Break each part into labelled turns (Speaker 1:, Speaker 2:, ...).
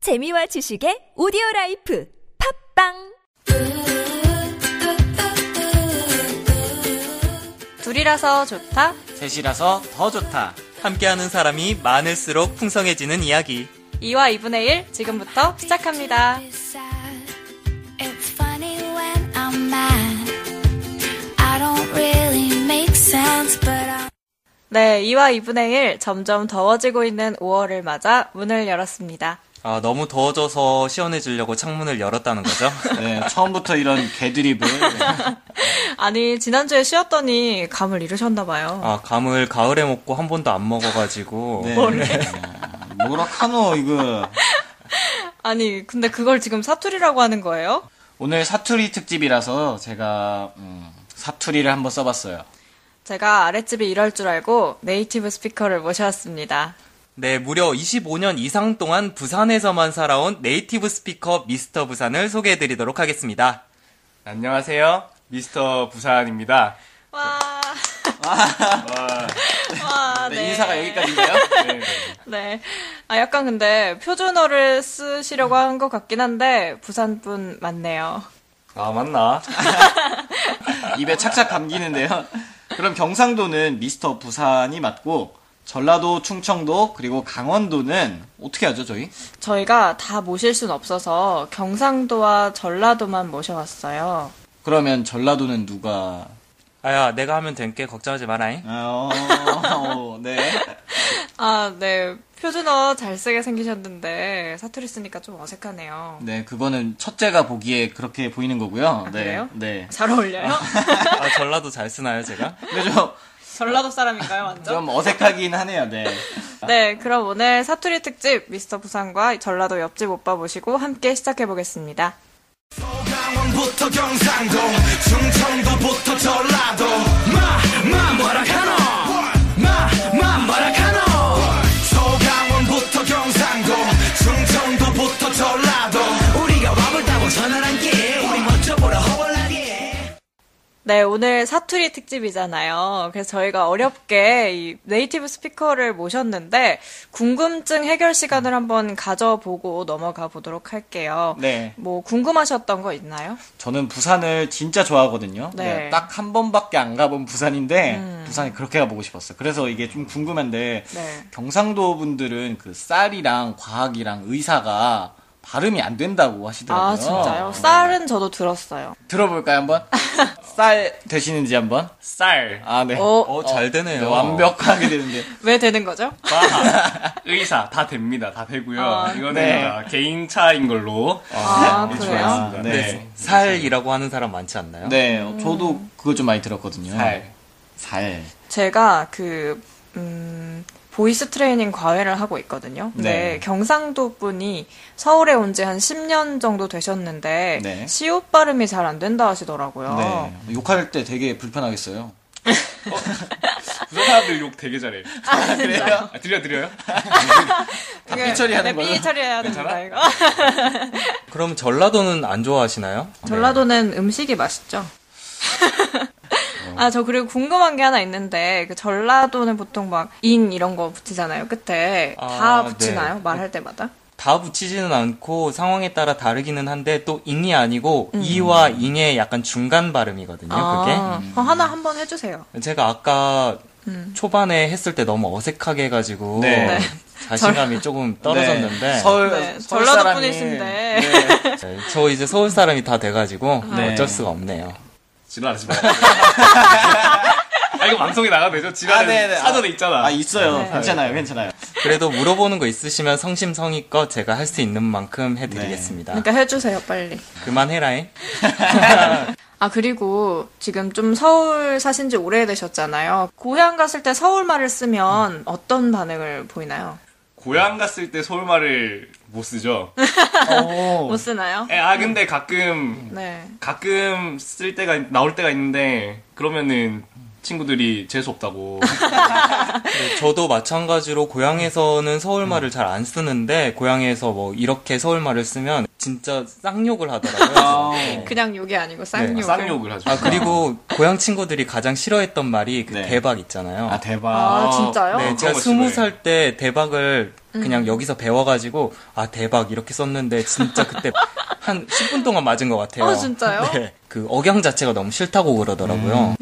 Speaker 1: 재미와 지식의 오디오 라이프 팝빵
Speaker 2: 둘이라서 좋다.
Speaker 3: 셋이라서 더 좋다. 함께하는 사람이 많을수록 풍성해지는 이야기.
Speaker 2: 2와 2분의 1 지금부터 시작합니다.
Speaker 4: It's funny when I'm mad. I don't really make sense, but I'm.
Speaker 2: 네, 2와 2분의 1 점점 더워지고 있는 5월을 맞아 문을 열었습니다.
Speaker 3: 아, 너무 더워져서 시원해지려고 창문을 열었다는 거죠?
Speaker 5: 네, 처음부터 이런 개드립을
Speaker 2: 아니, 지난주에 쉬었더니 감을 잃으셨나 봐요.
Speaker 3: 아, 감을 가을에 먹고 한 번도 안 먹어가지고.
Speaker 5: 네. 네. 뭐라 카노 이거
Speaker 2: 아니, 근데 그걸 지금 사투리라고 하는 거예요?
Speaker 5: 오늘 사투리 특집이라서 제가 음, 사투리를 한번 써봤어요.
Speaker 2: 제가 아랫집이 이럴 줄 알고 네이티브 스피커를 모셔왔습니다.
Speaker 3: 네, 무려 25년 이상 동안 부산에서만 살아온 네이티브 스피커 미스터 부산을 소개해드리도록 하겠습니다.
Speaker 6: 안녕하세요. 미스터 부산입니다.
Speaker 2: 와. 와,
Speaker 5: 네, 인사가 여기까지인데요.
Speaker 6: 네, 네.
Speaker 2: 네. 아, 약간 근데 표준어를 쓰시려고 한 것 같긴 한데, 부산분 맞네요.
Speaker 6: 아, 맞나?
Speaker 5: 입에 착착 감기는데요. 그럼 경상도는 미스터 부산이 맞고 전라도, 충청도 그리고 강원도는 어떻게 하죠 저희?
Speaker 2: 저희가 다 모실 순 없어서 경상도와 전라도만 모셔왔어요.
Speaker 5: 그러면 전라도는 누가?
Speaker 3: 아야, 내가 하면 된게 걱정하지 마라잉.
Speaker 5: 어, 어, 네.
Speaker 2: 아, 네. 표준어 잘 쓰게 생기셨는데 사투리 쓰니까 좀 어색하네요.
Speaker 5: 네, 그거는 첫째가 보기에 그렇게 보이는 거고요.
Speaker 2: 아,
Speaker 5: 네,
Speaker 2: 그래요?
Speaker 5: 네.
Speaker 2: 잘 어울려요?
Speaker 3: 아, 전라도 잘 쓰나요, 제가?
Speaker 5: 근데 좀,
Speaker 2: 전라도 사람인가요, 완전?
Speaker 5: 좀 어색하긴 하네요. 네.
Speaker 2: 네, 그럼 오늘 사투리 특집 미스터 부산과 전라도 옆집 오빠 모시고 함께 시작해 보겠습니다.
Speaker 7: 강원부터 경상도 충청도부터 전라도 마마 뭐라 카노 마마 뭐라 카노 소강원부터 경상도 충청도부터 전라도 우리가 와을 따고 전화란 게 우리 멋져 보라 허벌나게
Speaker 2: 네, 오늘 사투리 특집이잖아요. 그래서 저희가 어렵게 이 네이티브 스피커를 모셨는데 궁금증 해결 시간을 한번 가져보고 넘어가 보도록 할게요.
Speaker 5: 네.
Speaker 2: 뭐 궁금하셨던 거 있나요?
Speaker 5: 저는 부산을 진짜 좋아하거든요.
Speaker 2: 네. 음.
Speaker 5: 딱 한 번밖에 안 가본 부산인데 부산에 그렇게 가보고 싶었어요. 그래서 이게 좀 궁금한데
Speaker 2: 네.
Speaker 5: 경상도 분들은 그 쌀이랑 과학이랑 의사가 발음이 안 된다고 하시더라고요.
Speaker 2: 아, 진짜요? 쌀은 저도 들었어요.
Speaker 5: 들어볼까요 한번? 쌀 되시는지 한번?
Speaker 6: 쌀,
Speaker 5: 아 네.
Speaker 2: 어,
Speaker 3: 어, 잘 되네요.
Speaker 5: 네, 완벽하게 되는데
Speaker 2: 왜 되는 거죠?
Speaker 6: 과학, 의사 다 됩니다. 다 되고요.
Speaker 2: 아,
Speaker 6: 이거는
Speaker 5: 네. 어.
Speaker 6: 다 개인 차인 걸로.
Speaker 2: 아,
Speaker 6: 네,
Speaker 2: 그래요?
Speaker 6: 좋아했습니다.
Speaker 5: 네.
Speaker 6: 네.
Speaker 3: 살이라고 하는 사람 많지 않나요?
Speaker 5: 네, 저도
Speaker 2: 음.
Speaker 5: 그거 좀 많이 들었거든요.
Speaker 6: 쌀.
Speaker 5: 살.
Speaker 2: 제가 그, 음, 보이스 트레이닝 과외를 하고 있거든요. 근데
Speaker 5: 네.
Speaker 2: 경상도 분이 서울에 온 지 한 10년 정도 되셨는데,
Speaker 5: 네.
Speaker 2: 시옷 발음이 잘 안 된다 하시더라고요.
Speaker 5: 네. 욕할 때 되게 불편하겠어요.
Speaker 6: 부산 사람들 욕 되게 잘해요.
Speaker 2: 아, 진짜요?
Speaker 6: 아, 들려드려요?
Speaker 2: 다
Speaker 5: 아,
Speaker 2: 네,
Speaker 5: 삐처리하는 거죠?
Speaker 2: 삐 처리해야 된다, 이거.
Speaker 5: 네.
Speaker 3: 그럼 전라도는 안 좋아하시나요?
Speaker 2: 네.
Speaker 3: 네.
Speaker 2: 전라도는 음식이 맛있죠. 아, 저 그리고 궁금한 게 하나 있는데, 그 전라도는 보통 막, 인 이런 거 붙이잖아요, 끝에. 다
Speaker 3: 아,
Speaker 2: 붙이나요?
Speaker 3: 네.
Speaker 2: 말할 때마다?
Speaker 3: 다 붙이지는 않고 상황에 따라 다르기는 한데 또 잉이 아니고 이와 잉의 약간 중간 발음이거든요.
Speaker 2: 음. 아, 어, 하나 한번 해주세요.
Speaker 3: 그게 제가 아까 초반에 했을 때 너무 어색하게 해가지고
Speaker 5: 네.
Speaker 2: 음. 네.
Speaker 3: 자신감이 조금 떨어졌는데
Speaker 5: 네. 서울,
Speaker 2: 네,
Speaker 5: 서울
Speaker 2: 전라도
Speaker 5: 사람이-
Speaker 2: 분이신데.
Speaker 3: 네, 저 이제 서울 사람이 다 돼가지고
Speaker 2: 아.
Speaker 5: 네.
Speaker 3: 어쩔 수가 없네요.
Speaker 6: 지랄하지 마요. 아, 이거 방송에 나가도 되죠?
Speaker 5: 아,
Speaker 6: 지랄은
Speaker 5: 네네.
Speaker 6: 사전에 있잖아.
Speaker 5: 아, 있어요.
Speaker 2: 네.
Speaker 5: 괜찮아요, 괜찮아요.
Speaker 3: 그래도 물어보는 거 있으시면 성심성의껏 제가 할 수 있는 만큼 해드리겠습니다.
Speaker 2: 그러니까 해주세요, 빨리.
Speaker 3: 그만해라잉.
Speaker 2: 아, 그리고 지금 좀 서울 사신 지 오래되셨잖아요. 고향 갔을 때 서울 말을 쓰면 어떤 반응을 보이나요?
Speaker 6: 고향 갔을 때 서울말을 못 쓰죠?
Speaker 2: 못 쓰나요?
Speaker 6: 어. 에, 아, 근데 가끔
Speaker 2: 네.
Speaker 6: 가끔 쓸 때가 나올 때가 있는데 그러면은 친구들이 재수 없다고
Speaker 3: 네, 저도 마찬가지로 고향에서는 서울말을 잘 안 쓰는데 고향에서 뭐 이렇게 서울말을 쓰면 진짜 쌍욕을 하더라고요.
Speaker 2: 그냥 욕이 아니고 쌍욕을.
Speaker 6: 네, 쌍욕을 하죠.
Speaker 3: 아 그리고 고향 친구들이 가장 싫어했던 말이 그
Speaker 5: 네.
Speaker 3: 대박 있잖아요.
Speaker 5: 아, 대박.
Speaker 2: 아, 진짜요?
Speaker 3: 네, 제가
Speaker 6: 그런 거
Speaker 3: 스무
Speaker 6: 싫어해요.
Speaker 3: 살 때 대박을
Speaker 2: 음.
Speaker 3: 그냥 여기서 배워가지고 아 대박 이렇게 썼는데 진짜 그때 한 10분 동안 맞은 것 같아요.
Speaker 2: 어, 진짜요?
Speaker 3: 네. 그 억양 자체가 너무 싫다고 그러더라고요.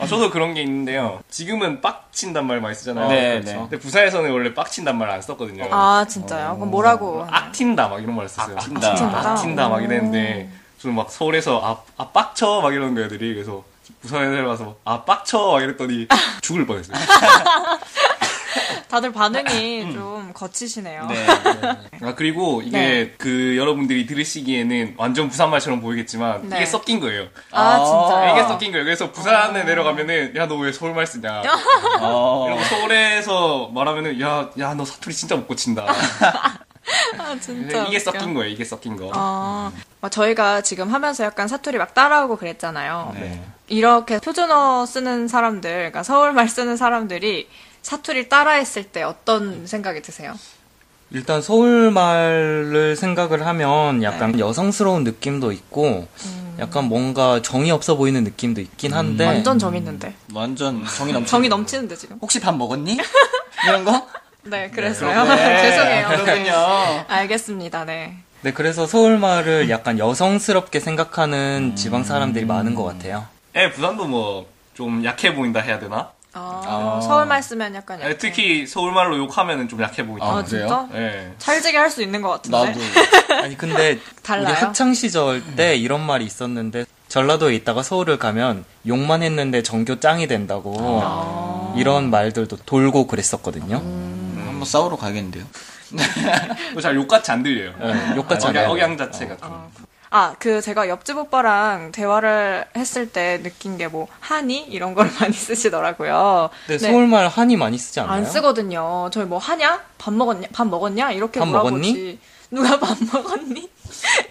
Speaker 6: 아, 저도 그런 게 있는데요. 지금은 빡친단 말 많이 쓰잖아요.
Speaker 5: 네,
Speaker 6: 그렇죠.
Speaker 5: 네.
Speaker 6: 근데 부산에서는 원래 빡친단 말 안 썼거든요.
Speaker 2: 아, 진짜요? 그럼 뭐라고? 하나요?
Speaker 6: 악틴다 막
Speaker 3: 아,
Speaker 6: 이런 말 썼어요.
Speaker 5: 악틴다.
Speaker 2: 악틴다.
Speaker 6: 악틴다 막 이랬는데 저는 막 서울에서 아, 아 빡쳐 막 이러는 거 애들이 그래서 부산에 내려가서 아 빡쳐 막 이랬더니 죽을 뻔했어요.
Speaker 2: 다들
Speaker 6: 음.
Speaker 2: 반응이 좀 거치시네요.
Speaker 5: 네.
Speaker 6: 아 그리고 이게
Speaker 2: 네.
Speaker 6: 그 여러분들이 들으시기에는 완전 부산 말처럼 보이겠지만
Speaker 2: 네.
Speaker 6: 이게 섞인 거예요.
Speaker 2: 아, 진짜요?
Speaker 6: 어, 이게 섞인 거예요. 그래서 부산에 내려가면은 야 너 왜 서울 말 쓰냐.
Speaker 5: 어,
Speaker 6: 이러고 서울에서 말하면은 야야 너 사투리 진짜 못 고친다.
Speaker 2: 아, 진짜.
Speaker 6: 이게
Speaker 2: 웃겨.
Speaker 6: 섞인 거예요. 이게 섞인 거.
Speaker 2: 아, 막 저희가 지금 하면서 약간 사투리 막 따라오고 그랬잖아요.
Speaker 5: 네.
Speaker 2: 이렇게 표준어 쓰는 사람들, 그러니까 서울말 쓰는 사람들이 사투리 따라했을 때 어떤 생각이 드세요?
Speaker 3: 일단 서울말을 생각을 하면 약간
Speaker 2: 네.
Speaker 3: 여성스러운 느낌도 있고 약간 뭔가 정이 없어 보이는 느낌도 있긴 한데
Speaker 2: 음.
Speaker 5: 네.
Speaker 2: 완전 정있는데.
Speaker 5: 완전 정이 넘치.
Speaker 2: 정이 넘치는데 지금.
Speaker 5: 혹시 밥 먹었니? 이런 거?
Speaker 2: 네, 그랬어요. 죄송해요.
Speaker 5: 그렇군요.
Speaker 2: 네. 알겠습니다. 네.
Speaker 3: 네, 그래서 서울말을
Speaker 2: 음.
Speaker 3: 약간 여성스럽게 생각하는 지방 사람들이 많은 것 같아요.
Speaker 6: 예, 부산도 뭐 좀 약해 보인다 해야 되나?
Speaker 2: 아, 서울말 쓰면 약간
Speaker 6: 예,
Speaker 2: 약해.
Speaker 6: 특히 서울말로 욕하면은 좀 약해 보인다.
Speaker 5: 네, 아,
Speaker 2: 아, 네.
Speaker 5: 그래요?
Speaker 2: 진짜?
Speaker 6: 예.
Speaker 2: 찰지게 할 수 있는 것 같은데.
Speaker 5: 나도.
Speaker 2: 네.
Speaker 3: 아니 근데
Speaker 2: 달라요?
Speaker 3: 우리 학창 시절 때 이런 말이 있었는데 전라도에 있다가 서울을 가면 욕만 했는데 전교 짱이 된다고 이런 말들도 돌고 그랬었거든요.
Speaker 2: 음.
Speaker 5: 한번 싸우러 가야겠는데요.
Speaker 6: 예. 또 잘 욕같이 안 들려요.
Speaker 3: 네, 욕같이 안
Speaker 6: 억양-
Speaker 3: 들려요.
Speaker 6: 억양 자체가 좀.
Speaker 2: 아, 그 제가 옆집 오빠랑 대화를 했을 때 느낀 게 뭐 한이 이런 걸 많이 쓰시더라고요.
Speaker 5: 네,
Speaker 2: 네.
Speaker 3: 근데 서울말 한이 많이 쓰지 않나요?
Speaker 2: 안 쓰거든요. 저희 뭐 하냐? 밥 먹었냐? 밥 먹었냐? 이렇게
Speaker 3: 밥
Speaker 2: 물어보지.
Speaker 3: 먹었니?
Speaker 2: 누가 밥 먹었니?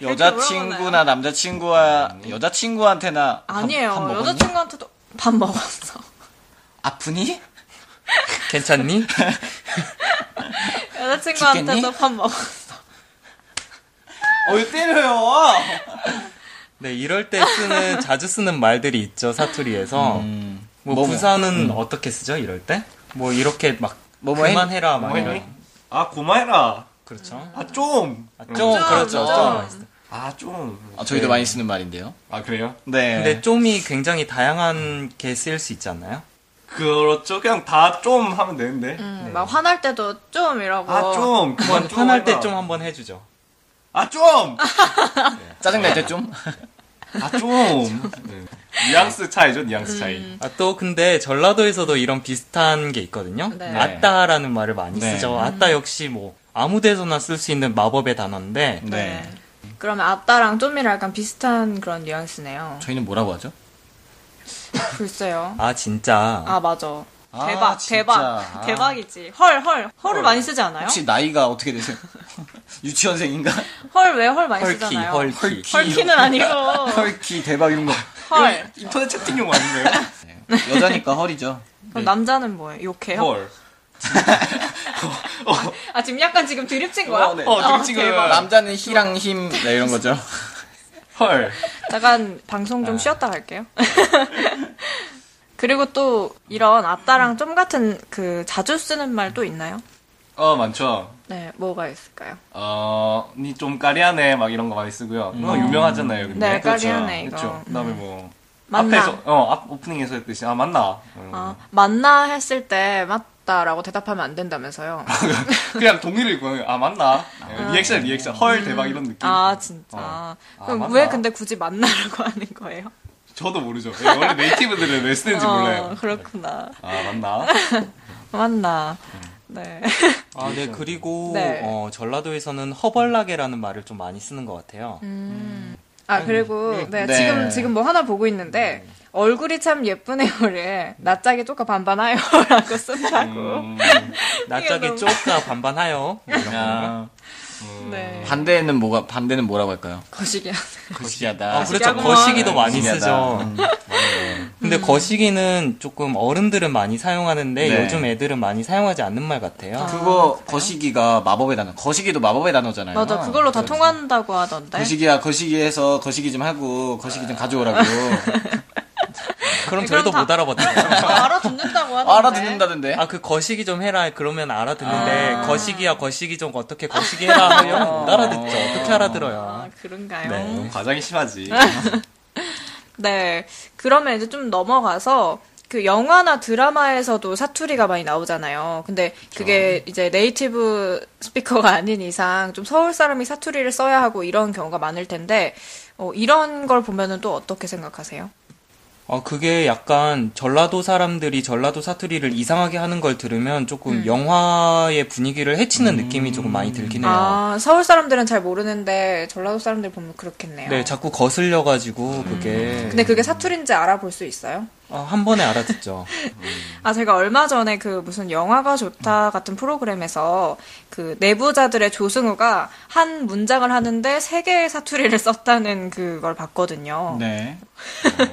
Speaker 2: 이렇게 물어보나요?
Speaker 5: 여자친구나 남자친구와 여자친구한테나 밥-
Speaker 2: 아니에요.
Speaker 5: 밥 먹었니?
Speaker 2: 여자친구한테도 밥 먹었어.
Speaker 5: 아프니?
Speaker 3: 괜찮니?
Speaker 2: 여자친구한테도
Speaker 5: 죽겠니?
Speaker 2: 밥 먹었어.
Speaker 5: 어왜 때려요?
Speaker 3: 네, 이럴 때 쓰는 자주 쓰는 말들이 있죠 사투리에서. 뭐
Speaker 5: 뭐뭐.
Speaker 3: 부산은 어떻게 쓰죠 이럴 때? 뭐 이렇게 막
Speaker 5: 뭐뭐 했-
Speaker 3: 그만해라 막
Speaker 6: 뭐
Speaker 3: 이런.
Speaker 6: 했니? 아 고마해라.
Speaker 3: 그렇죠.
Speaker 6: 아 좀.
Speaker 3: 아, 좀 그렇죠.
Speaker 2: 좀.
Speaker 3: 좀 많이 쓰-
Speaker 6: 아 좀.
Speaker 5: 아, 저희도 많이 쓰는 말인데요.
Speaker 6: 아 그래요?
Speaker 5: 네.
Speaker 3: 근데 좀이 굉장히 다양한 게 쓰일 수 있지 않나요?
Speaker 6: 그렇죠. 그냥 다 좀 하면 되는데.
Speaker 2: 음, 막 화날 때도 좀 이러고.
Speaker 6: 아 좀. 그만 좀.
Speaker 3: 화날 때
Speaker 6: 해라.
Speaker 3: 좀 한번 해주죠.
Speaker 6: 아 좀.
Speaker 5: 짜증 날 때 좀.
Speaker 6: 아 좀. 네. 뉘앙스 차이죠. 뉘앙스
Speaker 2: 음.
Speaker 6: 차이.
Speaker 3: 아, 또 근데 전라도에서도 이런 비슷한 게 있거든요.
Speaker 2: 네. 음.
Speaker 3: 아따라는 말을 많이
Speaker 5: 네.
Speaker 3: 쓰죠. 아따 역시 뭐 아무 데서나 쓸 수 있는 마법의 단어인데
Speaker 5: 네.
Speaker 2: 그러면 아따랑 좀이랑 약간 비슷한 그런 뉘앙스네요.
Speaker 5: 저희는 뭐라고 하죠?
Speaker 2: 글쎄요.
Speaker 3: 아 진짜
Speaker 2: 아, 맞아.
Speaker 5: 아,
Speaker 2: 대박,
Speaker 5: 진짜.
Speaker 2: 대박.
Speaker 5: 아.
Speaker 2: 대박이지. 헐, 헐. 헐을 많이 쓰지 않아요?
Speaker 5: 혹시 나이가 어떻게 되세요? 유치원생인가?
Speaker 2: 헐, 왜 헐 많이
Speaker 3: 헐키
Speaker 2: 쓰잖아요.
Speaker 3: 헐키.
Speaker 2: 헐키는 아니고.
Speaker 5: 헐키 대박 이런 거.
Speaker 2: 헐.
Speaker 6: 인터넷 채팅용 아닌가요?
Speaker 5: 여자니까 헐이죠.
Speaker 2: 그럼 남자는 뭐예요? 욕해요?
Speaker 6: 네. 헐.
Speaker 2: 아 지금 약간 지금 드립친 거야?
Speaker 5: 어, 네.
Speaker 6: 어, 드립친 거예요.
Speaker 5: 남자는 희랑 힘 네, 이런 거죠.
Speaker 6: 헐.
Speaker 2: 잠깐 방송
Speaker 6: 아.
Speaker 2: 좀 쉬었다 갈게요. 그리고 또 이런 아따랑 좀 같은 그 자주 쓰는 말 또 있나요?
Speaker 6: 어 많죠.
Speaker 2: 네, 뭐가 있을까요?
Speaker 6: 어, 니 좀 까리하네 막 이런 거 많이 쓰고요. 그거 유명하잖아요. 근데.
Speaker 2: 음. 네, 까리하네 이거.
Speaker 6: 그렇죠. 그다음에 뭐
Speaker 2: 맞나?
Speaker 6: 앞에서 어 앞, 오프닝에서 했듯이 아 맞나 이런 거.
Speaker 2: 아, 맞나 했을 때 맞다라고 대답하면 안 된다면서요.
Speaker 6: 아, 네. 그냥 동의를 입고 아 맞나 예, 리액션 리액션 헐 대박 이런 느낌
Speaker 2: 아 진짜.
Speaker 6: 어. 아,
Speaker 2: 그럼
Speaker 6: 맞나?
Speaker 2: 왜 근데 굳이 맞나라고 하는 거예요?
Speaker 6: 저도 모르죠 예, 원래 네이티브들은 왜 쓰는지 아,
Speaker 2: 어.
Speaker 6: 몰라요
Speaker 2: 그렇구나.
Speaker 6: 아 맞나
Speaker 2: 맞나.
Speaker 6: 음.
Speaker 2: 네.
Speaker 3: 아, 네, 그리고
Speaker 2: 네.
Speaker 3: 어, 전라도에서는 허벌나게라는 말을 좀 많이 쓰는 것 같아요.
Speaker 2: 음. 아 그리고 네,
Speaker 5: 네.
Speaker 2: 지금 지금 뭐 하나 보고 있는데 얼굴이 참 예쁘네요를 낯짝이 쪼까 반반하요라고 쓴다고.
Speaker 3: 낯짝이
Speaker 2: 너무-
Speaker 3: 쪼까 반반하여. 뭐 이런 거.
Speaker 5: 아,
Speaker 2: 네. 그
Speaker 5: 반대는 뭐가 반대는 뭐라고 할까요?
Speaker 2: 거시기야.
Speaker 5: 거시기하다.
Speaker 3: 아, 그렇죠.
Speaker 2: 거시기하구만.
Speaker 3: 거시기도
Speaker 5: 음,
Speaker 3: 많이 쓰죠.
Speaker 5: 거시기하다.
Speaker 3: 근데 거시기는 조금 어른들은 많이 사용하는데
Speaker 5: 네.
Speaker 3: 요즘 애들은 많이 사용하지 않는 말 같아요.
Speaker 5: 그거 거시기가 마법의 단어. 거시기도 마법의 단어잖아요.
Speaker 2: 맞아. 그 그걸로 다 통한다고
Speaker 3: 네.
Speaker 2: 하던데.
Speaker 5: 거시기야 거시기해서 거시기 좀 하고 거시기 좀 가져오라고.
Speaker 3: 그럼
Speaker 2: 네. 그럼
Speaker 3: 저희도
Speaker 2: 다- 네.
Speaker 3: 못 알아봤다.
Speaker 2: 아, 알아듣는다고 하던데.
Speaker 5: 알아듣는다던데.
Speaker 3: 아, 그 거시기 좀 해라. 그러면 알아듣는데, 거시기야, 거시기 좀 어떻게 거시기 해라.
Speaker 2: 어.
Speaker 3: 하면 못 알아듣죠. 어떻게 알아들어요.
Speaker 2: 아, 그런가요?
Speaker 3: 네.
Speaker 6: 과장이 심하지.
Speaker 2: 네. 그러면 이제 좀 넘어가서 그 영화나 드라마에서도 사투리가 많이 나오잖아요. 근데 그게 이제 네이티브 스피커가 아닌 이상 좀 서울 사람이 사투리를 써야 하고 이런 경우가 많을 텐데 어, 이런 걸 보면은 또 어떻게 생각하세요?
Speaker 3: 어, 그게 약간 전라도 사람들이 전라도 사투리를 이상하게 하는 걸 들으면
Speaker 2: 음.
Speaker 3: 조금 영화의 분위기를 해치는 느낌이 조금 많이 들긴 해요.
Speaker 2: 아, 서울 사람들은 잘 모르는데 전라도 사람들 보면 그렇겠네요.
Speaker 3: 네, 자꾸 거슬려가지고, 그게.
Speaker 2: 근데 그게 사투리인지 알아볼 수 있어요?
Speaker 3: 어, 한 번에 알아듣죠.
Speaker 2: 아, 제가 얼마 전에 그 무슨 영화가 좋다 같은 프로그램에서 그 내부자들의 조승우가 한 문장을 하는데 세 개의 사투리를 썼다는 그걸 봤거든요.
Speaker 5: 네.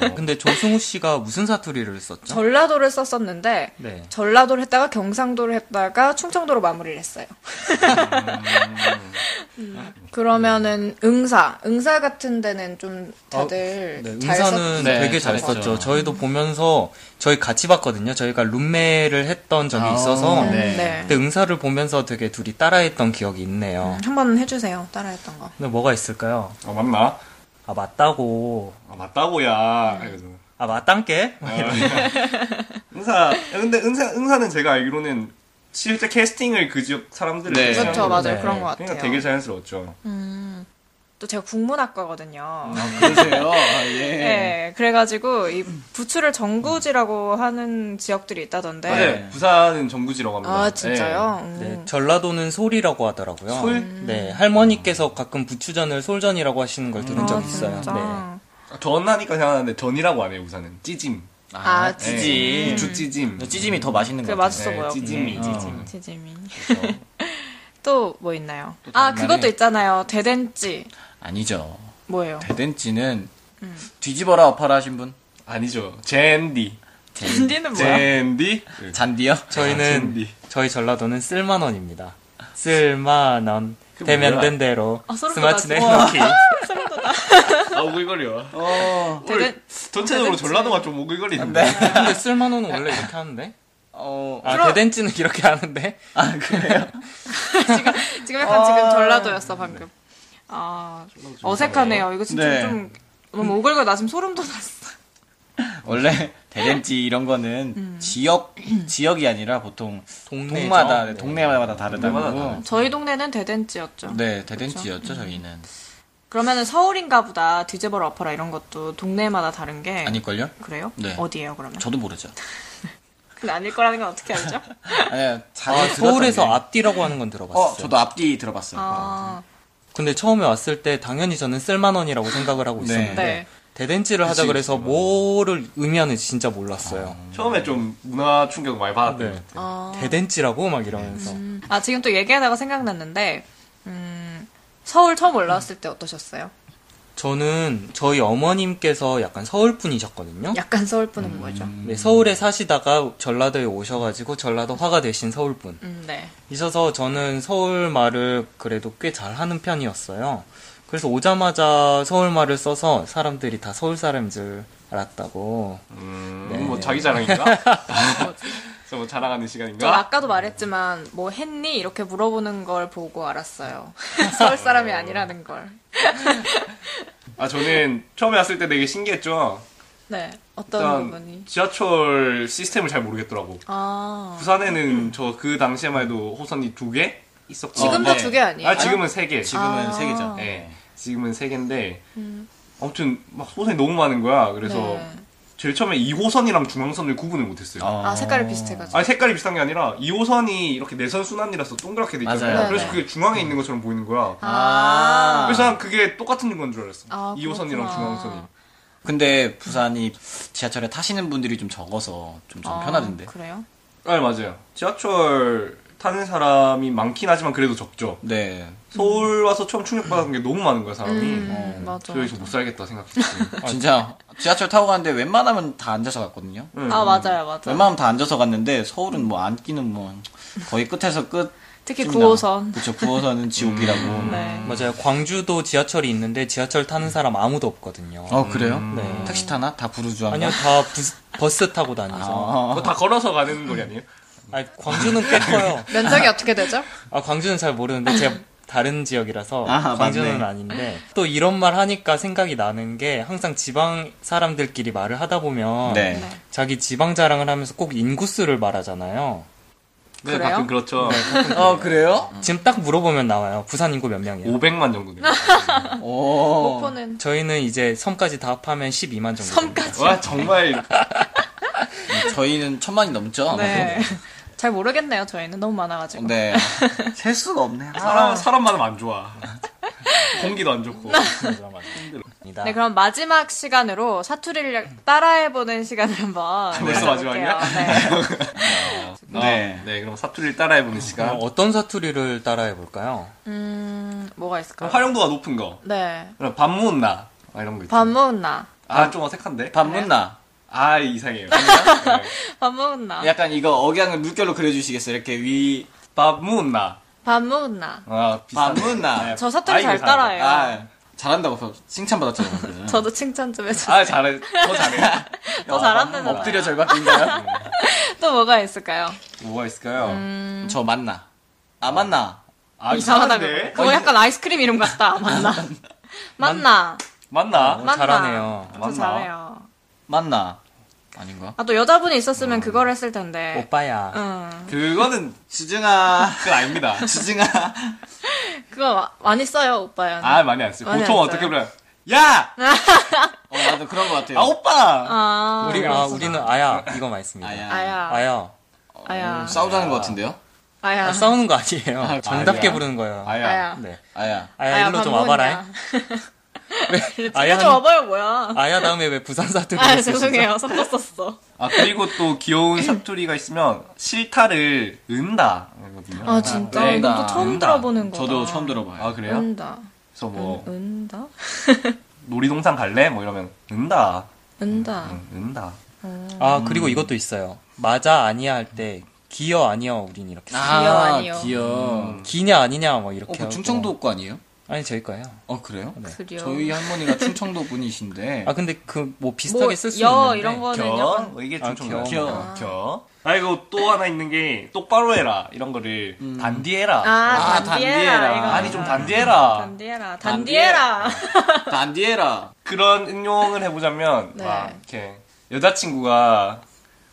Speaker 3: 어, 근데 조승우 씨가 무슨 사투리를 썼죠?
Speaker 2: 전라도를 썼었는데
Speaker 3: 네.
Speaker 2: 전라도를 했다가 경상도를 했다가 충청도로 마무리를 했어요. 음, 그러면은 응사, 응사 같은 데는 좀 다들
Speaker 3: 네,
Speaker 2: 잘 썼...
Speaker 3: 응사는
Speaker 5: 네,
Speaker 3: 되게
Speaker 5: 잘
Speaker 3: 잘
Speaker 5: 썼죠.
Speaker 3: 썼죠. 저희도 보면서 저희 같이 봤거든요. 저희가 룸메를 했던 적이 아, 있어서
Speaker 5: 네.
Speaker 3: 그때 응사를 보면서 되게 둘이 따라했던 기억이 있네요.
Speaker 2: 한번 해주세요. 따라했던 거.
Speaker 3: 근데 뭐가 있을까요?
Speaker 6: 어, 맞나?
Speaker 3: 아 맞다고.
Speaker 6: 아, 맞다고야. 그래서.
Speaker 3: 아 맞단께?
Speaker 6: 은사, 근데 은사, 은사는 제가 알기로는 실제 캐스팅을 그 지역 사람들을
Speaker 5: 네.
Speaker 6: 캐스팅한
Speaker 2: 그렇죠, 맞아요.
Speaker 3: 네.
Speaker 2: 그런 것 같아요.
Speaker 6: 그러니까 되게 자연스러웠죠.
Speaker 2: 또 제가 국문학과거든요.
Speaker 5: 아, 그러세요. 아, 예.
Speaker 2: 네, 그래가지고 이 부추를 정구지라고 하는 지역들이 있다던데.
Speaker 6: 네, 부산은 정구지라고 합니다.
Speaker 2: 아 진짜요? 음.
Speaker 3: 네, 전라도는 솔이라고 하더라고요.
Speaker 6: 솔?
Speaker 3: 네, 할머니께서 가끔 부추전을 솔전이라고 하시는 걸 들은
Speaker 2: 아,
Speaker 3: 적이 있어요.
Speaker 2: 진짜.
Speaker 3: 네.
Speaker 6: 네. 전하니까 생각하는데 전이라고 안 해요, 부산은. 찌짐. 네,
Speaker 2: 아,
Speaker 5: 찌-
Speaker 2: 찌짐.
Speaker 5: 찌짐.
Speaker 6: 부추 찌짐.
Speaker 5: 아, 찌짐이 더 맛있는 거
Speaker 2: 그래
Speaker 5: 같아요.
Speaker 2: 맛있어
Speaker 6: 네,
Speaker 2: 보여.
Speaker 6: 찌짐이, 찌짐.
Speaker 2: 찌짐이. 또 뭐 있나요?
Speaker 5: 또
Speaker 2: 아
Speaker 5: 장난해.
Speaker 2: 그것도 있잖아요. 대댄찌
Speaker 5: 아니죠.
Speaker 2: 뭐예요?
Speaker 5: 대댄찌는 뒤집어라 엎어라 하신 분?
Speaker 6: 아니죠. 젠디.
Speaker 2: 댄디는
Speaker 6: 네.
Speaker 2: 뭐야?
Speaker 6: 젠디?
Speaker 5: 잔디요?
Speaker 3: 저희는
Speaker 6: 찐디.
Speaker 3: 저희 전라도는 쓸만원입니다. 쓸만원 되면
Speaker 6: 뭐야?
Speaker 3: 된 대로
Speaker 2: 아, 소름
Speaker 3: 스마트
Speaker 2: 돋았어. 와.
Speaker 3: 네트워킹.
Speaker 6: 아, 오글거려.
Speaker 5: 어,
Speaker 2: 대댄
Speaker 6: 전체적으로
Speaker 2: 대댄찌.
Speaker 6: 전라도가 좀 오글거리는데.
Speaker 3: 근데 쓸만원은 원래 이렇게 하는데?
Speaker 5: 어,
Speaker 3: 아, 대댄찌는 이렇게 하는데?
Speaker 2: 지금 약간 지금 전라도였어 방금. 아 어색하네요. 이거 진짜
Speaker 5: 네.
Speaker 2: 좀 너무 오글거려. 나 지금 소름 돋았어.
Speaker 5: 원래 대댄찌 이런 거는
Speaker 2: 음.
Speaker 5: 지역, 지역이 아니라 보통
Speaker 3: 동네죠?
Speaker 5: 동마다, 네,
Speaker 3: 네.
Speaker 5: 동네마다
Speaker 6: 동네마다
Speaker 5: 다르다고.
Speaker 2: 저희 동네는 대댄찌였죠.
Speaker 5: 네,
Speaker 2: 그렇죠.
Speaker 5: 대댄찌였죠, 저희는.
Speaker 2: 그러면은 서울인가 보다 뒤집어라 엎어라 이런 것도 동네마다 다른 게
Speaker 5: 아닐걸요?
Speaker 2: 그래요?
Speaker 5: 네.
Speaker 2: 어디예요 그러면?
Speaker 5: 저도 모르죠.
Speaker 2: 근데 아닐 거라는 건 어떻게 알죠?
Speaker 5: 아니, 자기
Speaker 3: 아,
Speaker 5: 들었던
Speaker 3: 서울에서
Speaker 5: 게.
Speaker 3: 앞뒤라고 하는 건 들어봤어요.
Speaker 5: 어, 저도 앞뒤 들어봤어요.
Speaker 2: 아,
Speaker 3: 근데 처음에 왔을 때 당연히 저는 쓸만원이라고 생각을 하고 있었는데
Speaker 2: 네.
Speaker 3: 대댄찌를 하자 그래서 뭐를 의미하는지 진짜 몰랐어요.
Speaker 6: 처음에 좀 문화 충격 많이 받았던
Speaker 3: 네.
Speaker 6: 것 같아요.
Speaker 2: 아.
Speaker 3: 대댄찌라고 막 이러면서
Speaker 2: 아 지금 또 얘기하다가 생각났는데 음, 서울 처음 올라왔을 때 어떠셨어요?
Speaker 3: 저는 저희 어머님께서 약간 서울 분이셨거든요.
Speaker 2: 약간 서울 분은 뭐죠?
Speaker 3: 네, 서울에 사시다가 전라도에 오셔가지고 전라도 화가 되신 서울 분.
Speaker 2: 음, 네.
Speaker 3: 있어서 저는 서울 말을 그래도 꽤 잘하는 편이었어요. 그래서 오자마자 서울 말을 써서 사람들이 다 서울 사람인 줄 알았다고.
Speaker 6: 음,
Speaker 3: 네.
Speaker 6: 뭐 자기 자랑인가? 그래서 뭐 자랑하는
Speaker 2: 저
Speaker 6: 시간인가?
Speaker 2: 아까도 말했지만 뭐 했니 이렇게 물어보는 걸 보고 알았어요. 서울 사람이 아니라는 걸.
Speaker 6: 아, 저는 처음에 왔을 때 되게 신기했죠.
Speaker 2: 네. 어떤
Speaker 6: 일단
Speaker 2: 부분이?
Speaker 6: 지하철 시스템을 잘 모르겠더라고.
Speaker 2: 아
Speaker 6: 부산에는 저 그 당시에만 해도 호선이 두 개 있었고.
Speaker 2: 지금도
Speaker 5: 어, 네.
Speaker 2: 두 개 아니에요?
Speaker 6: 아, 지금은 세 개.
Speaker 5: 지금은 세 개죠.
Speaker 2: 아.
Speaker 6: 예. 지금은 세 개인데. 아무튼 막 호선이 너무 많은 거야. 그래서
Speaker 2: 음. 네.
Speaker 6: 제일 처음에 2호선이랑 중앙선을 구분을 못했어요.
Speaker 2: 아 색깔이 비슷해가지고.
Speaker 6: 아니 색깔이 비슷한 게 아니라 2호선이 이렇게 내선 순환이라서 동그랗게 돼 있잖아요.
Speaker 5: 맞아요.
Speaker 6: 그래서
Speaker 2: 네.
Speaker 6: 그게 중앙에 있는 것처럼 보이는 거야.
Speaker 2: 아.
Speaker 6: 그래서 난 그게 똑같은 건 줄 알았어.
Speaker 2: 아,
Speaker 6: 2호선이랑
Speaker 2: 그렇구나.
Speaker 6: 중앙선이.
Speaker 5: 근데 부산이 지하철에 타시는 분들이 좀 적어서 좀, 좀
Speaker 2: 아,
Speaker 5: 편하던데.
Speaker 2: 그래요?
Speaker 6: 아 맞아요. 지하철 타는 사람이 많긴 하지만 그래도 적죠.
Speaker 5: 네.
Speaker 6: 서울 와서 처음 충격받은 게 너무 많은 거야 사람이. 어.
Speaker 2: 음, 맞아.
Speaker 6: 저 여기서 못 살겠다 생각했지.
Speaker 5: 진짜 지하철 타고 가는데 웬만하면 다 앉아서 갔거든요. 네.
Speaker 2: 아 맞아요, 맞아.
Speaker 5: 웬만하면 다 앉아서 갔는데 서울은 뭐 앉기는 뭐 거의 끝에서 끝
Speaker 2: 특히
Speaker 5: 쭉
Speaker 2: 9호선.
Speaker 5: 나와. 그쵸, 9호선은 지옥이라고.
Speaker 2: 네.
Speaker 3: 맞아요. 광주도 지하철이 있는데 지하철 타는 사람 아무도 없거든요.
Speaker 5: 어, 그래요?
Speaker 3: 네.
Speaker 5: 택시 타나? 다 부르주아?
Speaker 3: 아니요, 다 부스- 버스 타고 다니죠.
Speaker 5: 아,
Speaker 6: 그거 다 걸어서 가는 거리 아니에요?
Speaker 3: 아, 니 광주는 꽤 커요.
Speaker 8: 면적이 어떻게 되죠?
Speaker 3: 아, 광주는 잘 모르는데 제가 다른 지역이라서
Speaker 5: 아하,
Speaker 3: 광주는
Speaker 5: 맞네.
Speaker 3: 아닌데 또 이런 말 하니까 생각이 나는 게 항상 지방 사람들끼리 말을 하다 보면
Speaker 5: 네.
Speaker 3: 자기 지방 자랑을 하면서 꼭 인구수를 말하잖아요.
Speaker 6: 네,
Speaker 2: 그래요?
Speaker 6: 가끔 그렇죠.
Speaker 5: 어, 그래요?
Speaker 3: 지금 딱 물어보면 나와요. 부산 인구 몇 명이에요?
Speaker 6: 500만 정도 돼요.
Speaker 5: 오.
Speaker 2: 목포는
Speaker 3: 저희는 이제 섬까지 다 합하면 12만 정도. 됩니다.
Speaker 2: 섬까지.
Speaker 6: 와, 정말.
Speaker 5: 저희는 천만이 넘죠? 아마도?
Speaker 2: 네. 잘 모르겠네요. 저희는 너무 많아가지고.
Speaker 5: 네. 아, 셀 수가 없네.
Speaker 6: 사람,
Speaker 2: 아.
Speaker 6: 사람 많으면 안 좋아. 공기도 안 좋고.
Speaker 2: 네, 그럼 마지막 시간으로 사투리를 따라해보는 시간을 한번.
Speaker 6: 벌써
Speaker 2: 가져볼게요.
Speaker 6: 마지막이야?
Speaker 2: 네.
Speaker 6: 아,
Speaker 5: 네.
Speaker 6: 네, 그럼 사투리를 따라해보는 시간.
Speaker 3: 그럼 어떤 사투리를 따라해 볼까요?
Speaker 2: 음, 뭐가 있을까요?
Speaker 6: 활용도가 높은 거.
Speaker 2: 네.
Speaker 6: 그럼 밥 모은 나. 아, 이런 거 있죠.
Speaker 2: 밥 먹은 나.
Speaker 6: 아, 좀 어색한데?
Speaker 5: 밥 묻나?
Speaker 6: 아, 이상해요. 네.
Speaker 2: 밥 먹은 나.
Speaker 5: 약간 이거 억양을 물결로 그려주시겠어요? 이렇게 위,
Speaker 6: 밥 모은 나.
Speaker 2: 밥 먹은 나.
Speaker 6: 아,
Speaker 5: 밥
Speaker 6: 비슷하네.
Speaker 5: 묻나?
Speaker 6: 네.
Speaker 2: 저 사투리
Speaker 6: 아,
Speaker 2: 잘
Speaker 6: 이거
Speaker 2: 따라해요.
Speaker 5: 아, 잘한다고 저 칭찬받았잖아요. 방금.
Speaker 2: 저도 칭찬 좀 해주세요.
Speaker 6: 아, 잘해. 더 잘해.
Speaker 2: 더 잘한다잖아요.
Speaker 5: 엎드려 어, 절박인가요?
Speaker 2: 또 뭐가 있을까요?
Speaker 6: 뭐가 있을까요?
Speaker 2: 음.
Speaker 5: 저 맞나? 아 맞나?
Speaker 6: 아,
Speaker 2: 이상하다.
Speaker 6: 이상한데?
Speaker 2: 그거 약간 아이스크림 이름 같다. 맞나? 맞나?
Speaker 6: 맞나?
Speaker 2: 맞나?
Speaker 3: 어, 잘하네요.
Speaker 2: 저
Speaker 6: 맞나?
Speaker 2: 잘해요.
Speaker 5: 맞나? 아닌가?
Speaker 2: 아, 또 여자분이 있었으면 그걸 했을
Speaker 5: 네.
Speaker 2: 텐데. 음.
Speaker 3: 오빠야.
Speaker 2: 응.
Speaker 6: 그거는,
Speaker 5: 지증아,
Speaker 6: 그건 아닙니다.
Speaker 5: 지증아.
Speaker 2: 그거 마- 많이 써요, 오빠야.
Speaker 6: 아, 많이 안 써요.
Speaker 2: 많이
Speaker 6: 보통
Speaker 2: 안
Speaker 6: 어떻게
Speaker 2: 써요. 네.
Speaker 6: 불러요? 야!
Speaker 5: 어, 나도 그런 것 같아요.
Speaker 6: 아, 오빠!
Speaker 2: 아,
Speaker 3: 우리 아, 우리는 아야 이거만 있습니다.
Speaker 5: 어. 아야. 음,
Speaker 2: 아야. 아야.
Speaker 3: 아야.
Speaker 2: 아야.
Speaker 5: 싸우자는 것 같은데요?
Speaker 3: 아,
Speaker 2: 아야.
Speaker 3: 싸우는 거 아니에요. 정답게
Speaker 6: 아야.
Speaker 3: 부르는 거예요.
Speaker 6: 아야.
Speaker 2: 아야.
Speaker 3: 네.
Speaker 5: 아야.
Speaker 3: 아야, 일로 좀 와봐라.
Speaker 2: 아야.
Speaker 3: 아야.
Speaker 2: 좀 와봐요, 뭐야.
Speaker 3: 아야 다음에 왜 부산 사투리
Speaker 2: 아,
Speaker 3: 쓰시죠?
Speaker 2: 죄송해요. 섞었었어
Speaker 6: 아, 그리고 또 귀여운 사투리가 있으면 싫다를 은다. 거든요.
Speaker 2: 아, 진짜?
Speaker 5: 네.
Speaker 2: 이건 또 처음
Speaker 6: 은다.
Speaker 2: 들어보는 거다.
Speaker 5: 저도 처음 들어봐요.
Speaker 6: 아, 그래요?
Speaker 2: 은다.
Speaker 6: 그래서 뭐,
Speaker 2: 은, 은다?
Speaker 6: 놀이동산 갈래? 뭐 이러면 은다.
Speaker 2: 은다.
Speaker 6: 응, 은다.
Speaker 3: 아, 그리고 이것도 있어요. 맞아 아니야 할 때 기여 아니여 우린 이렇게 써요.
Speaker 5: 아,
Speaker 2: 귀여워, 아니요.
Speaker 5: 귀여워. 음.
Speaker 3: 기냐 아니냐 뭐
Speaker 5: 어,
Speaker 3: 이렇게
Speaker 5: 그
Speaker 3: 하고.
Speaker 5: 충청도 거 아니에요?
Speaker 3: 아니 저희 거예요.
Speaker 5: 어, 그래요?
Speaker 2: 네. 그려.
Speaker 5: 저희 할머니가 충청도 분이신데.
Speaker 3: 아 근데 그 뭐 비슷하게
Speaker 2: 뭐,
Speaker 3: 쓸 수
Speaker 2: 여,
Speaker 3: 있는데
Speaker 2: 이런 거는
Speaker 6: 겨?
Speaker 2: 약간.
Speaker 6: 뭐 이게
Speaker 3: 아,
Speaker 6: 좀
Speaker 3: 겨.
Speaker 5: 겨.
Speaker 6: 겨. 아, 이거 또 하나 있는 게, 똑바로 해라. 이런 거를, 단디해라.
Speaker 2: 아,
Speaker 5: 아,
Speaker 2: 단디에라.
Speaker 5: 단디에라.
Speaker 2: 이거.
Speaker 6: 아니, 좀 단디해라.
Speaker 2: 단디에라. 단디에라.
Speaker 5: 아, 안디에라.
Speaker 6: 그런 응용을 해보자면
Speaker 2: 네.
Speaker 6: 막 이렇게 여자친구가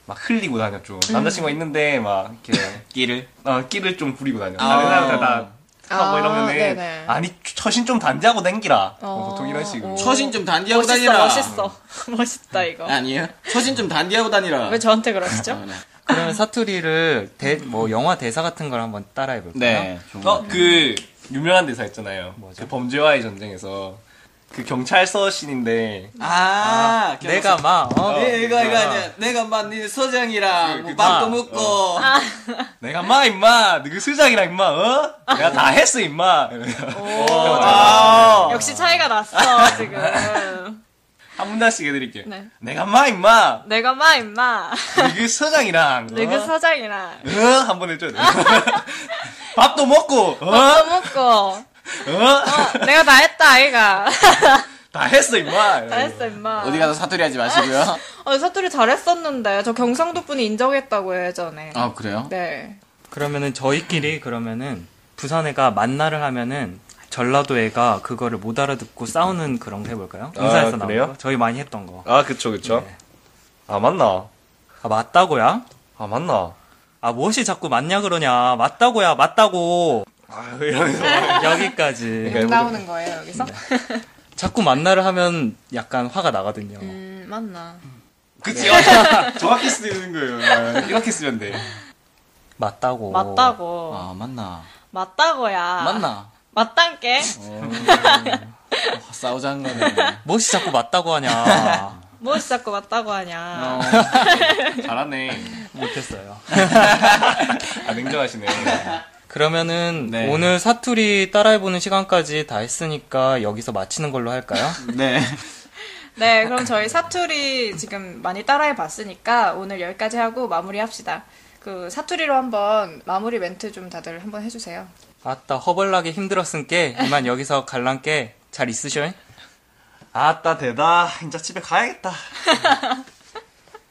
Speaker 6: 막 흘리고 다녔죠.
Speaker 2: 음.
Speaker 6: 남자친구가 있는데 막 이렇게
Speaker 5: 끼를.
Speaker 6: 어, 끼를 좀 부리고 다녀.
Speaker 5: 아.
Speaker 6: 다른 사람들 다 하고
Speaker 2: 아,
Speaker 6: 이러면은
Speaker 2: 네네.
Speaker 6: 아니 처신 좀 단디하고 댕기라.
Speaker 2: 어.
Speaker 6: 뭐 보통 이런 식으로.
Speaker 2: 어.
Speaker 5: 처신 좀 단디하고
Speaker 2: 멋있어,
Speaker 5: 다니라.
Speaker 2: 멋있어. 멋있다, 이거.
Speaker 5: 아니에요? 처신 좀 단디하고 다니라.
Speaker 2: 왜 저한테 그러시죠?
Speaker 5: 아, 네.
Speaker 3: 그러면 사투리를 대, 뭐 영화 대사 같은 걸 한번 따라해 볼까요?
Speaker 5: 네. 좋은 것
Speaker 6: 어, 그 유명한 대사 있잖아요. 그 범죄와의 전쟁에서 그 경찰서 신인데
Speaker 5: 아,
Speaker 3: 내가 막 어,
Speaker 5: 내가 이거 네. 아니야. 내가 뭐 만니 서장이랑
Speaker 6: 그, 그,
Speaker 5: 뭐 밥도
Speaker 6: 아.
Speaker 5: 먹고 어.
Speaker 6: 내가 마 임마 너그 수장이랑 임마 어? 내가 다 했어 임마.
Speaker 2: 어. 역시 차이가 났어, 지금.
Speaker 6: 한 문단씩 해드릴게요.
Speaker 2: 네.
Speaker 6: 내가 마 임마
Speaker 2: 내가 마, 임마.
Speaker 6: 너그 서장이랑 어?
Speaker 2: 네, 내그 사장이랑.
Speaker 6: 어? 한번 해줘야 돼. 밥도 먹고, 어?
Speaker 2: 밥 먹고.
Speaker 6: 어?
Speaker 2: 어, 내가 다 했다, 아이가.
Speaker 6: 다 했어, 임마.
Speaker 2: 다 했어, 임마.
Speaker 5: 네. 어디 가서 사투리 하지 마시고요.
Speaker 2: 어, 사투리 잘했었는데. 저 경상도 분이 인정했다고 예전에.
Speaker 5: 아, 그래요?
Speaker 2: 네.
Speaker 3: 그러면은 저희끼리 그러면은 부산 애가 만나를 하면은 전라도 애가 그거를 못 알아듣고 싸우는 그런 거 해볼까요? 동산에서
Speaker 6: 아, 그래요?
Speaker 3: 나온 거? 저희 많이 했던 거.
Speaker 6: 아, 그쵸, 그쵸. 아, 맞나?
Speaker 3: 아 맞다고야?
Speaker 6: 아, 맞나?
Speaker 3: 아 무엇이 자꾸 맞냐 그러냐? 맞다고야 맞다고.
Speaker 6: 아, 이러면서.
Speaker 2: 네.
Speaker 3: 여기까지.
Speaker 6: 그러니까
Speaker 2: 나오는 거예요, 여기서?
Speaker 5: 네.
Speaker 3: 자꾸 만나를 하면 약간 화가 나거든요.
Speaker 2: 음, 맞나.
Speaker 6: 그치, 정확히 쓰는 거예요. 이렇게 쓰면 돼.
Speaker 3: 맞다고.
Speaker 2: 맞다고.
Speaker 5: 아, 맞나.
Speaker 2: 맞다고야.
Speaker 5: 맞나.
Speaker 2: 맞단께.
Speaker 5: 어, 싸우자는 거네.
Speaker 3: 무엇이 자꾸 맞다고 하냐?
Speaker 2: 무엇이 뭐 자꾸 맞다고
Speaker 5: 아.
Speaker 2: 하냐.
Speaker 6: 잘하네.
Speaker 3: 못했어요.
Speaker 6: 아, 냉정하시네.
Speaker 3: 그러면은
Speaker 5: 네.
Speaker 3: 오늘 사투리 따라해보는 시간까지 다 했으니까 여기서 마치는 걸로 할까요?
Speaker 5: 네.
Speaker 2: 네, 그럼 저희 사투리 지금 많이 따라해 봤으니까 오늘 여기까지 하고 마무리합시다. 그 사투리로 한번 마무리 멘트 좀 다들 한번 해주세요.
Speaker 3: 아따 허벌나게 힘들었은 게 이만 여기서 갈란 게잘 있으셔잉?
Speaker 6: 아따 대다 이제 집에 가야겠다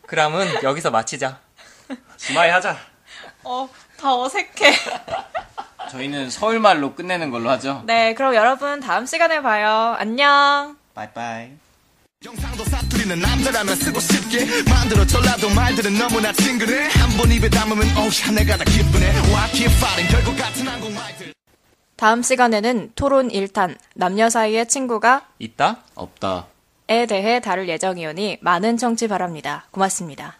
Speaker 3: 그럼은 여기서 마치자.
Speaker 6: 주말에 하자
Speaker 2: 어, 다 어색해.
Speaker 5: 저희는 서울말로 끝내는 걸로 하죠.
Speaker 2: 네, 그럼 여러분 다음 시간에 봐요. 안녕.
Speaker 5: 빠이빠이.
Speaker 7: 경상도 사투리는 남자라면 쓰고 싶게 만들어 전라도 말들은 너무나 친근해 한 번 입에 담으면 어우 내가 다 기쁘네 와 keep fighting 결국 같은 한국말들
Speaker 2: 다음 시간에는 토론 1탄, 남녀 사이의 친구가
Speaker 3: 있다?
Speaker 5: 없다.
Speaker 2: 에 대해 다룰 예정이오니 많은 청취 바랍니다. 고맙습니다.